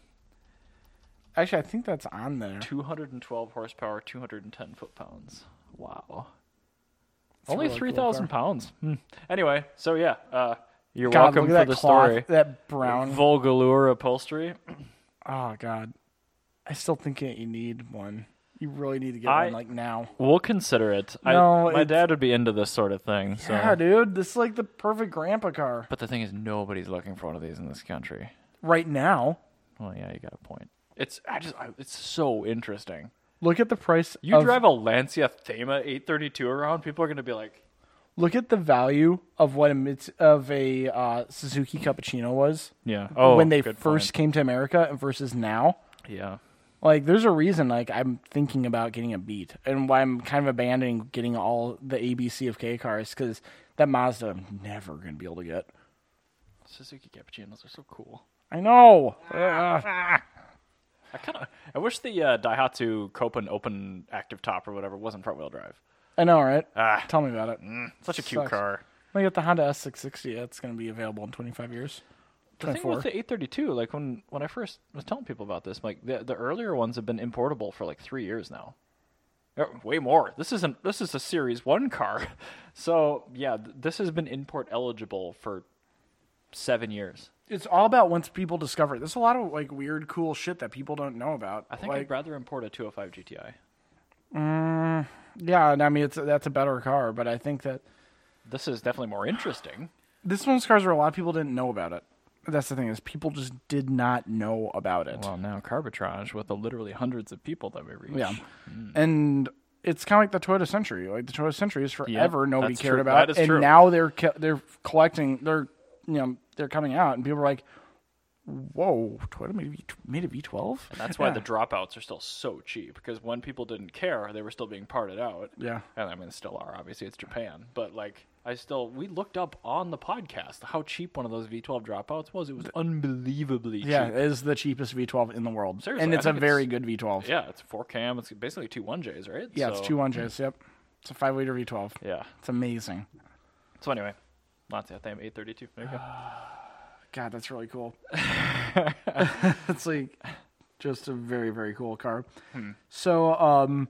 B: Actually, I think that's on there.
A: 212 horsepower, 210 foot pounds. Wow.
B: a
A: Only
B: really cool
A: 3,000 pounds. Hmm. Anyway, so yeah, uh, you're
B: God,
A: welcome
B: look at
A: for
B: that
A: the
B: cloth,
A: story.
B: that brown.
A: Volgalure upholstery.
B: Oh God, I still think that you need one. You really need to get
A: I-
B: one like now.
A: We'll consider it.
B: No,
A: I, my
B: it's-
A: dad would be into this sort of thing. So.
B: Yeah, dude, this is like the perfect grandpa car
A: But the thing is, nobody's looking for one of these in this country.
B: right now.
A: Well, yeah, you got a point. It's I just I, it's so interesting.
B: Look at the price.
A: You
B: of-
A: drive a Lancia Thema 832 around, people are gonna be like,
B: Look at the value of what a Mits- of a uh, Suzuki Cappuccino was
A: yeah, oh,
B: when they
A: good
B: first came to America versus now.
A: point. yeah,
B: Like, there's a reason. Like, I'm thinking about getting a Beat, and why I'm kind of abandoning getting all the ABC of K cars because that Mazda I'm never gonna be able to get.
A: Suzuki Cappuccinos are so cool.
B: I know. Ah. Ugh.
A: I kind of I wish the uh, Daihatsu Copen Open Active Top or whatever wasn't front wheel drive.
B: I know, right?
A: Ah.
B: Tell me about it.
A: Such a cute
B: Sucks.
A: car.
B: Look at the Honda S660. That's going to be available in 25 years.
A: The thing with
B: 24.
A: the 832, like when when I first was telling people about this, like the the earlier ones have been importable for like three years now, Er, way more. This isn't this is a Series One car, <laughs> so yeah, th- this has been import eligible for seven years.
B: It's all about once people discover it. There's a lot of like weird, cool shit that people don't know about.
A: I think
B: like,
A: I'd rather import a 205 GTI.
B: yeah, and I mean, it's that's a better car, but I think that
A: This is definitely more interesting.
B: this one's cars where a lot of people didn't know about it. That's the thing is people just did not know about it.
A: Well, now Carbitrage with the literally hundreds of people that we reach.
B: yeah,
A: Mm.
B: and it's kind of like the Toyota Century. Like the Toyota Century is forever nobody
A: that's
B: cared
A: true.
B: about,
A: That is
B: and
A: true.
B: now they're co- they're collecting. They're you know they're coming out, and people are like, "Whoa, Toyota made a V made a V12."
A: That's why
B: Yeah.
A: the dropouts are still so cheap because when people didn't care, they were still being parted out.
B: Yeah.
A: And I mean, still are. Obviously, it's Japan. But like, I still, we looked up on the podcast how cheap one of those V12 dropouts was. It was unbelievably
B: Yeah,
A: cheap.
B: it is the cheapest V12 in the world.
A: Seriously,
B: and
A: I
B: it's a
A: think
B: very
A: it's-
B: good V12. Yeah,
A: Yeah. It's four cam. It's basically two 1Js, right?
B: it's
A: So- mm.
B: two one J's. Yep, it's a five liter V12.
A: Yeah.
B: It's amazing.
A: So anyway, Lancia Thame 832. There you
B: <sighs>
A: go.
B: God, that's really cool. <laughs> it's like just a very very cool car. So um,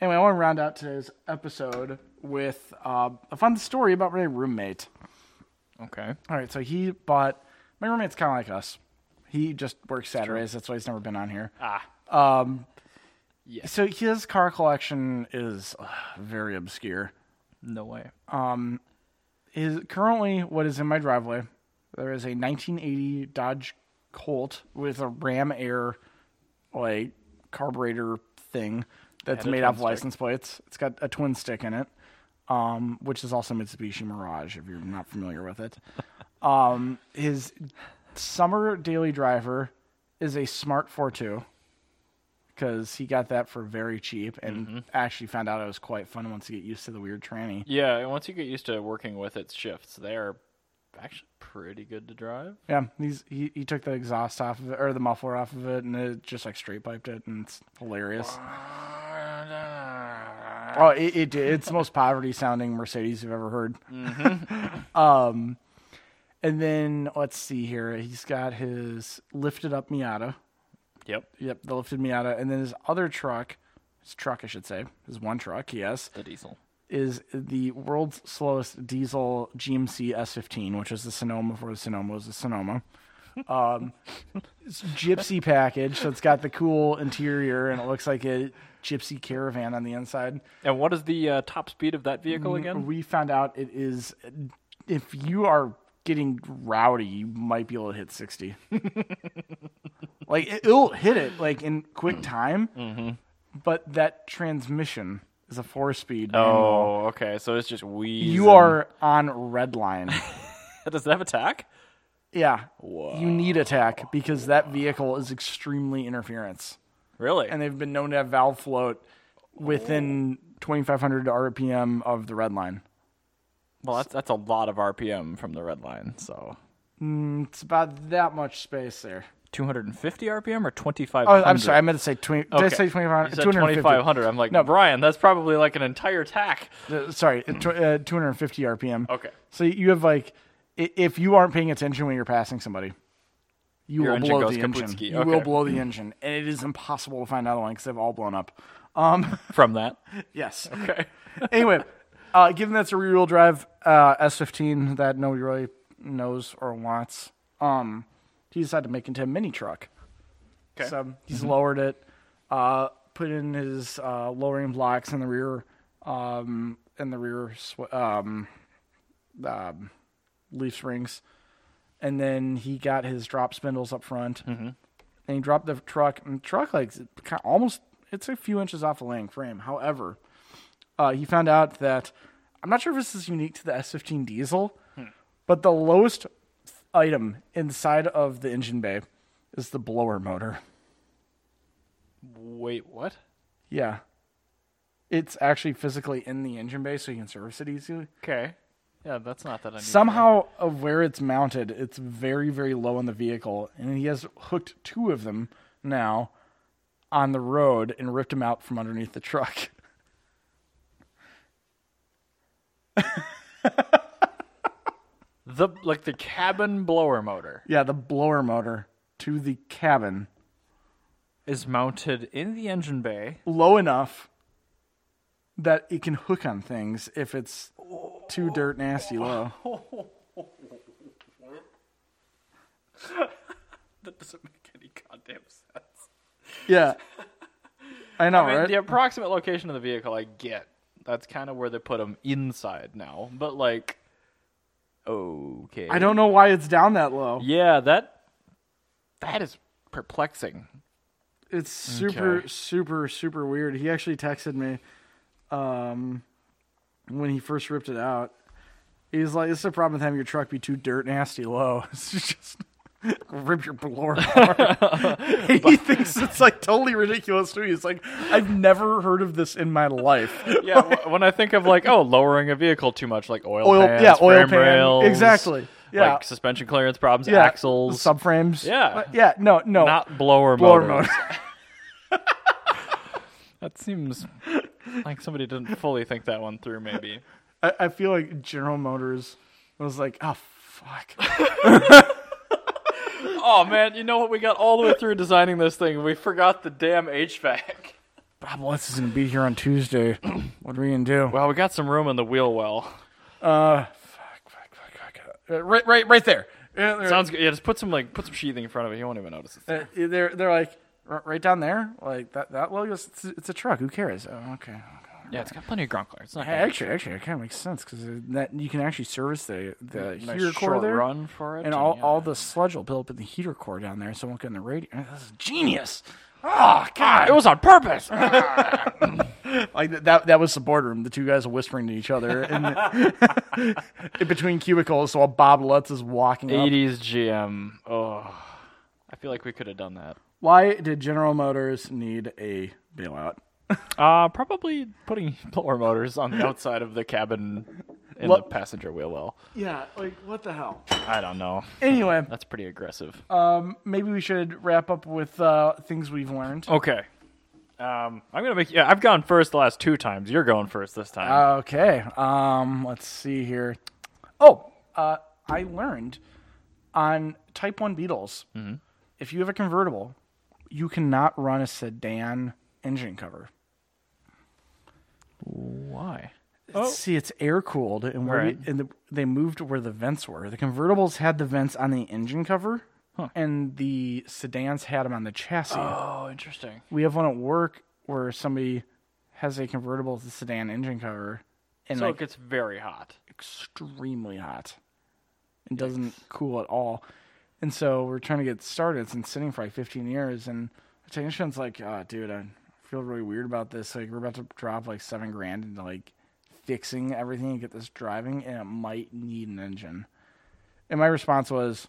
B: anyway, I want to round out today's episode with uh, a fun story about my roommate.
A: Okay.
B: All right, so he bought my roommate's kind of like us. He just works Saturdays. That's why he's never been on here.
A: Ah.
B: So his car collection is uh, very obscure.
A: No way.
B: is currently what is in my driveway. There is a 1980 Dodge Colt with a Ram Air like carburetor thing that's
A: And a
B: made out of
A: twin stick.
B: license plates. It's got a twin stick in it, um, which is also Mitsubishi Mirage if you're not familiar
A: <laughs>
B: with it. um, his summer daily driver is a Smart 42 because he got that for very cheap and
A: Mm-hmm.
B: actually found out it was quite fun once you get used to the weird tranny.
A: Yeah. And once you get used to working with its shifts, they're actually pretty good to
B: <sighs>
A: drive.
B: Yeah, he's he, he took the exhaust off of it or the muffler off of it, and it just like straight piped it, and it's hilarious. Oh, it, it did. it's the most poverty sounding Mercedes you've ever heard. um, <laughs> and then let's see here. He's got his lifted up Miata.
A: Yep.
B: Yep, the lifted Miata, and then his other truck, his truck I should say, his one truck, yes,
A: The diesel.
B: is the world's slowest diesel GMC S15, which is the Sonoma before the Sonoma was the Sonoma. Um, <laughs> it's gypsy package, so it's got the cool interior and it looks like a gypsy caravan on the inside.
A: And what is the uh, top speed of that vehicle again?
B: We found out it is if you are getting rowdy, you might be able to hit 60. <laughs> like it, it'll hit it like in quick time,
A: Mm-hmm.
B: but that transmission is a four speed.
A: Oh, okay. So it's just we.
B: You are on red line.
A: Does it have a tack?
B: Yeah. You need attack because that vehicle is extremely interference.
A: Really?
B: And they've been known to have valve float within 2500 RPM of the red line.
A: well, that's that's a lot of RPM from the red line. So
B: It's about that much space there.
A: 250 RPM or 2500?
B: Oh, I'm sorry. I meant to say 20. Did I say 2500? 250.
A: 2500. I'm like, no, Brian, that's probably like an entire tack.
B: Uh, sorry, uh, tw- uh, 250 RPM.
A: Okay.
B: So you have like, i- if you aren't paying attention when you're passing somebody, you
A: Your
B: will
A: engine
B: blow
A: goes
B: the engine.
A: kaputski.
B: You will
A: Okay.
B: blow the engine, and it is impossible to find another one because they've all blown up. Um,
A: From that.
B: yes.
A: Okay.
B: anyway, uh, given that's a rear-wheel drive uh, S15 that nobody really knows or wants, um, he decided to make it into a mini truck.
A: Okay.
B: So he's lowered it. Uh, put in his uh, lowering blocks in the rear, um, in the rear sw- um, um, leaf springs, and then he got his drop spindles up front, and he dropped the truck. And the truck like kind of almost it's a few inches off the landing frame. However, uh, he found out that I'm not sure if this is unique to the S15 diesel, but the lowest item inside of the engine bay is the blower motor.
A: Wait, what?
B: Yeah. It's actually physically in the engine bay, so you can service it easily.
A: Okay. Yeah, that's not that unusual.
B: Somehow, of where it's mounted, it's very, very low on the vehicle, and he has hooked two of them now on the road and ripped them out from underneath the truck. <laughs>
A: the like the cabin blower motor
B: Yeah, the blower motor to the cabin,
A: is mounted in the engine bay.
B: low enough that it can hook on things if it's too dirt nasty low.
A: <laughs> That doesn't make any goddamn sense.
B: Yeah, I know,
A: I mean,
B: right?
A: the approximate location of the vehicle, I get. That's kind of where they put them inside now. But like, okay,
B: I don't know why it's down that low.
A: Yeah, that that is perplexing.
B: It's super,
A: Okay.
B: super, super weird. He actually texted me um, when he first ripped it out. He's like, "This is a problem with having your truck be too dirt nasty low. <laughs> It's just rip your blower."
A: <laughs>
B: apart." he thinks it's like totally ridiculous too. He's like, "I've never heard of this in my
A: <laughs>
B: life."
A: Yeah, wh- when I think of like, oh, lowering a vehicle too much, like oil,
B: Oil-
A: pans,
B: yeah, oil
A: frame
B: pan,
A: rails,
B: exactly. Yeah.
A: like suspension clearance problems,
B: Yeah,
A: axles,
B: subframes.
A: Yeah.
B: Uh, yeah. No, no,
A: not blower,
B: blower
A: motors.
B: motor.
A: That seems like somebody didn't fully think that one through. Maybe
B: I, <laughs> I feel like General Motors was like, "Oh fuck."
A: Oh man, you know what? We got all the way through designing this thing, and we forgot the damn HVAC.
B: Bob Lutz is going to be here on Tuesday. <clears throat> what are we going to do?
A: Well, we got some room in the wheel <laughs> well.
B: Uh, fuck, fuck, fuck, fuck. Uh, right, right, right there. Uh, they're-
A: Sounds good. Yeah, just put some like put some sheathing in front of it. You won't even notice it.
B: uh, they're they're like "R- right down there, like that that logo. It's, it's a truck. Who cares? Oh, okay.
A: Yeah, it's got plenty of ground clearance. It's not
B: Hey,
A: gonna
B: actually, actually, it kind of makes sense because that you can actually service the the
A: be a nice
B: heater core
A: short
B: there,
A: run for it,
B: and all
A: yeah.
B: all the sludge will build up in the heater core down there, so it won't get in the radio. This is genius. Oh God!
A: It was on <laughs> purpose.
B: <laughs> Like th- that that was the boardroom. The two guys are whispering to each other in, <laughs> in between cubicles while Bob Lutz is walking up.
A: Eighties GM. Oh, I feel like we could have done that.
B: Why did General Motors need a bailout?
A: Uh, probably putting <laughs> blower motors on the outside of the cabin in
B: Well-
A: the passenger wheel well.
B: Yeah, like what the hell?
A: I don't know.
B: Anyway,
A: That's pretty aggressive.
B: um, maybe we should wrap up with uh, things we've learned.
A: okay. Um, I'm gonna make. Yeah, I've gone first the last two times. You're going first this time.
B: Okay, um, let's see here. Oh, uh, I learned on Type One Beetles, if you have a convertible, you cannot run a sedan engine cover.
A: Why?
B: See, it's air cooled, and where
A: Oh. Right.
B: you- and the, they moved where the vents were. The convertibles had the vents on the engine cover, and the sedans had them on the chassis.
A: Oh, interesting.
B: We have one at work where somebody has a convertible with a sedan engine cover, and
A: So
B: like
A: it gets very hot.
B: extremely hot, and doesn't cool at all. And so we're trying to get started. It's been sitting for like 15 years, and the technician's like, oh, "Dude, I feel really weird about this. Like, we're about to drop like seven grand into like fixing everything and get this driving, and it might need an engine." And my response was,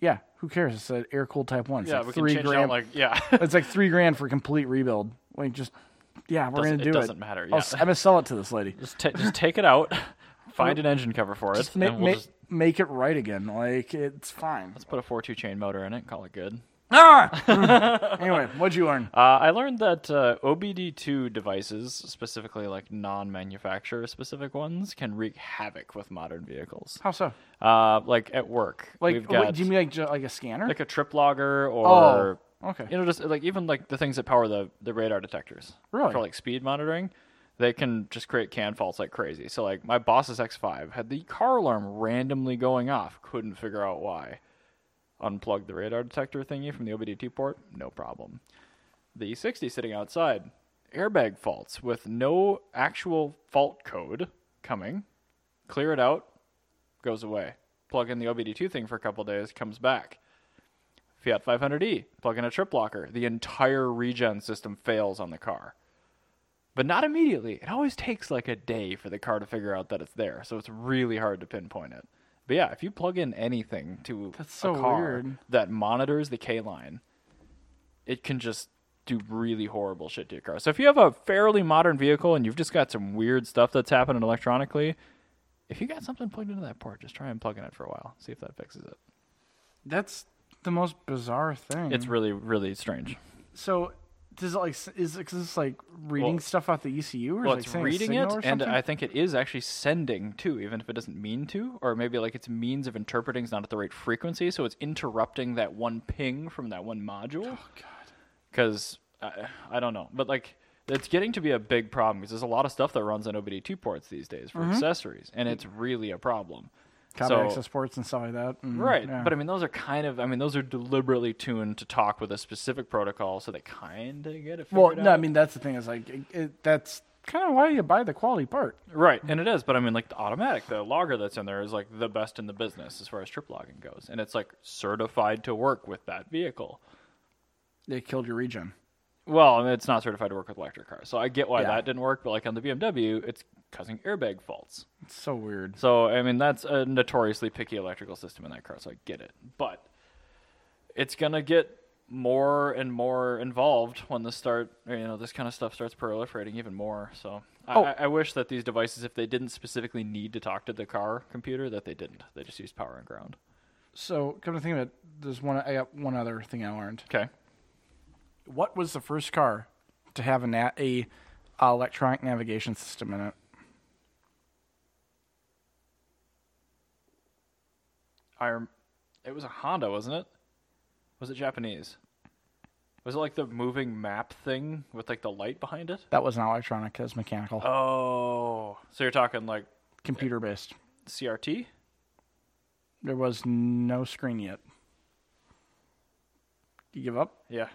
B: "Yeah, who cares? It's an air cooled Type One. It's
A: Yeah,
B: like
A: we can
B: three
A: change
B: grand
A: out like yeah.
B: <laughs> it's like three grand for a complete rebuild. Like just yeah, we're
A: Doesn't-
B: gonna
A: it
B: do it.
A: doesn't matter,
B: I'll
A: yeah.
B: s- I'm gonna sell it to this lady.
A: <laughs> just, ta- just take it out, <laughs> find an engine cover for it,
B: Just ma-
A: and we'll
B: ma-
A: just
B: make it right again. Like it's fine.
A: let's put a four-two chain motor in it and call it good.
B: <laughs> Ah! <laughs> anyway, what'd you learn?
A: Uh, I learned that uh, OBD2 devices, specifically like non-manufacturer specific ones, can wreak havoc with modern vehicles.
B: How so?
A: Uh, like at work,
B: Like
A: we've
B: wait,
A: got
B: do you mean like ju- like a scanner?
A: like a trip logger
B: oh,
A: or
B: okay.
A: you know just like even like the things that power the the radar detectors
B: Really?
A: for like speed monitoring. They can just create can faults like crazy. So like my boss's X5 had the car alarm randomly going off. Couldn't figure out why. Unplugged the radar detector thingy from the OBD2 port, no problem. the 60 sitting outside. Airbag faults with no actual fault code coming. Clear it out, goes away. Plug in the OBD2 thing for a couple days, comes back. Fiat 500e, plug in a trip locker. The entire regen system fails on the car. But not immediately. It always takes like a day for the car to figure out that it's there, so it's really hard to pinpoint it. But yeah, if you plug in anything to
B: That's so
A: a car
B: weird.
A: that monitors the K line, it can just do really horrible shit to your car. So if you have a fairly modern vehicle and you've just got some weird stuff that's happening electronically, if you got something plugged into that port, just try unplugging it for a while. See if that fixes it.
B: That's the most bizarre thing.
A: It's really, really strange.
B: so. Does it like s- is it- 'cause it's like reading
A: Well-
B: stuff out the ECU or
A: Well,
B: is
A: it's
B: it, like
A: reading it,
B: or
A: and
B: something?
A: I think it is actually sending too, even if it doesn't mean to, or maybe like its means of interpreting is not at the right frequency, so it's interrupting that one ping from that one module. Oh God. Because I, I don't know, but like it's getting to be a big problem because there's a lot of stuff that runs on OBD2 ports these days for accessories, and it's really a problem.
B: Copy
A: so-
B: access ports and stuff like that. and-
A: Right.
B: Mm, yeah.
A: But I mean, those are kind of, I mean, those are deliberately tuned to talk with a specific protocol, so they kind of get it figured
B: well,
A: out.
B: no, I mean that's the thing is like it, it, that's kind of why you buy the quality part.
A: Right, and it is, but I mean, like the automatic, the logger that's in there is like the best in the business as far as trip logging goes, and it's like certified to work with that vehicle.
B: They killed your regen.
A: Well, I mean, it's not certified to work with electric cars, so I get why
B: Yeah.
A: that didn't work. But like on the BMW, it's causing airbag faults.
B: It's so weird.
A: So I mean, that's a notoriously picky electrical system in that car, so I get it. But it's gonna get more and more involved when this start, you know, this kind of stuff starts proliferating even more. So I,
B: Oh.
A: I I wish that these devices, if they didn't specifically need to talk to the car computer, that they didn't. They just used power and ground.
B: So come to think of it, there's one. I got one other thing I learned.
A: Okay.
B: What was the first car to have a na- a uh, electronic navigation system in it?
A: I rem- it was a Honda, wasn't it? Was it Japanese? Was it like the moving map thing with like the light behind it?
B: That was not electronic. That was mechanical,
A: Oh, so you're talking like
B: computer based.
A: CRT?
B: There was no screen yet. You give up
A: Yeah,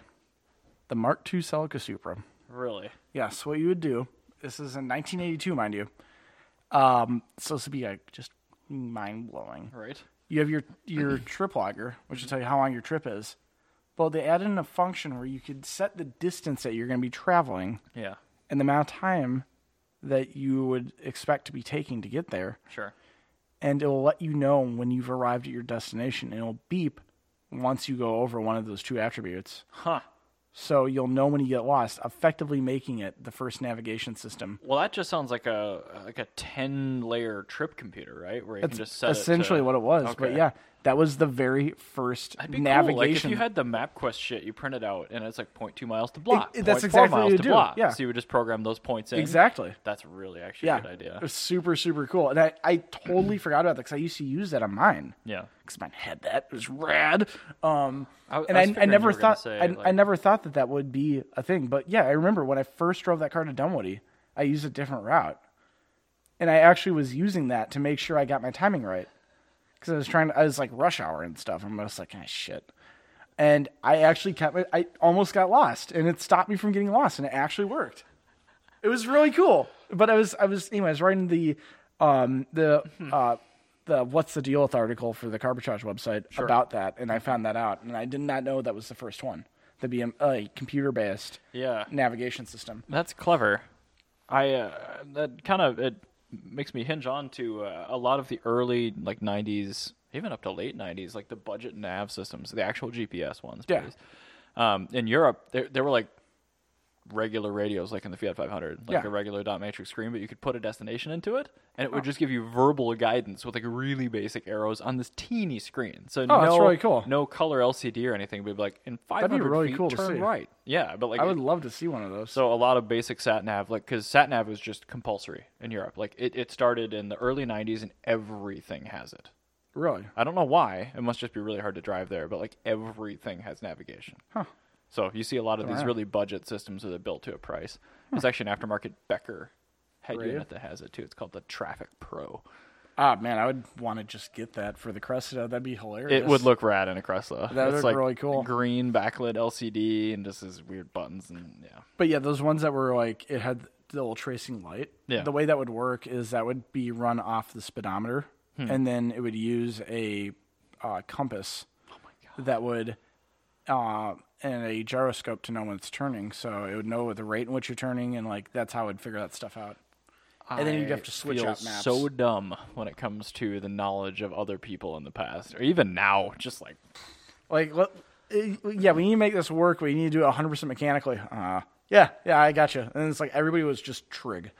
B: the Mark II Celica Supra.
A: really.
B: Yes, what you would do. This is in 1982, mind you. Um, so this would be like just mind blowing.
A: Right.
B: You have your your trip logger, which will tell you how long your trip is. Well, they added in a function where you could set the distance that you're going to be traveling
A: Yeah.
B: and the amount of time that you would expect to be taking to get there,
A: Sure.
B: and it will let you know when you've arrived at your destination. And it'll beep once you go over one of those two attributes,
A: Huh.
B: so you'll know when you get lost, effectively making it the first navigation system
A: Well, that just sounds like a uh, like a ten layer trip computer, right? Where you can just set
B: essentially
A: it to,
B: what it was. But
A: Okay.
B: yeah, that was the very 1st
A: That'd be
B: navigation.
A: Cool. Like if you had the MapQuest shit, you print it out, and it's like 0.2 miles to block.
B: it- that's
A: 0.4
B: exactly what
A: miles
B: you
A: to
B: do,
A: block.
B: yeah.
A: So you would just program those points in.
B: exactly.
A: That's really actually
B: Yeah,
A: a good idea.
B: It was super super cool, and I, I totally forgot about that because I used to use that on mine
A: Yeah.
B: because mine had that. It was rad. Um,
A: I- I
B: and
A: was
B: I, I,
A: figuring you
B: never
A: were gonna
B: thought
A: say,
B: I, I
A: like-
B: never thought that that would be a thing. But yeah, I remember when I first drove that car to Dunwoody, I used a different route, and I actually was using that to make sure I got my timing right because I was trying to. I was like rush hour and stuff. I'm just like, ah, shit. And I actually kept. my- I almost got lost, and it stopped me from getting lost, and it actually worked. It was really cool. But I was I was anyway, I was writing the um the
A: Hmm.
B: uh the what's the deal with article for the Carbitrage website about that and I found that out and I did not know that was the first one. The BM uh, computer based
A: Yeah.
B: navigation system.
A: That's clever. I uh, that kind of it makes me hinge on to uh, a lot of the early like '90s, even up to late '90s, like the budget nav systems, the actual GPS ones.
B: Yeah.
A: please. Um, in Europe, there there were like regular radios, like in the Fiat 500, like
B: Yeah. Oh.
A: a regular dot matrix screen, but you could put a destination into it, and it would just give you verbal guidance with like really basic arrows on this teeny screen. So
B: Oh,
A: no,
B: that's really cool.
A: No color LCD or anything, but it'd be like in 500
B: really
A: feet,
B: cool to
A: turn
B: see.
A: right. Yeah, but like
B: I
A: it-
B: would love to see one of those.
A: so a lot of basic sat nav, like because sat nav was just compulsory in Europe. Like it, it started in the early '90s, and everything has it.
B: really.
A: I don't know why. It must just be really hard to drive there, but like everything has navigation. Huh. So you see a lot of these really budget systems that are built to a price. There's actually an aftermarket Becker head
B: Brave.
A: unit that has it too. It's called the Traffic Pro.
B: Ah, man, I would want to just get that for the Cressida. That'd be hilarious.
A: It would look rad in a Cressida.
B: That
A: It's
B: would look
A: like
B: really cool.
A: Green backlit LCD and just these weird buttons and yeah.
B: But yeah, those ones that were like it had the little tracing light.
A: Yeah.
B: The way that would work is that would be run off the speedometer,
A: Hmm.
B: and then it would use a uh, compass
A: Oh
B: that would uh, and a gyroscope to know when it's turning. So it would know the rate in which you're turning, and like that's how it would figure that stuff out. And then you'd
A: I
B: have to switch
A: feel
B: out maps.
A: So dumb when it comes to the knowledge of other people in the past or even now. Just like
B: Like, let, uh, yeah, we need to make this work. We need to do it 100% mechanically. Uh, yeah, yeah, I gotcha. And it's like everybody was just trig.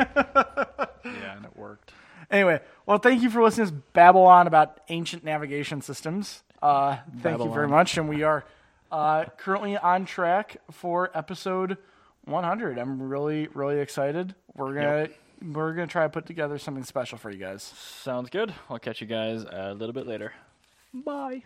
A: yeah, and it worked.
B: Anyway, well, thank you for listening to us babble on about ancient navigation systems. Uh, thank you very
A: on.
B: much. And we are uh, currently on track for episode 100. I'm really, really excited. We're gonna we're gonna try to put together something special for you guys.
A: Sounds good. I'll catch you guys a little bit later.
B: Bye.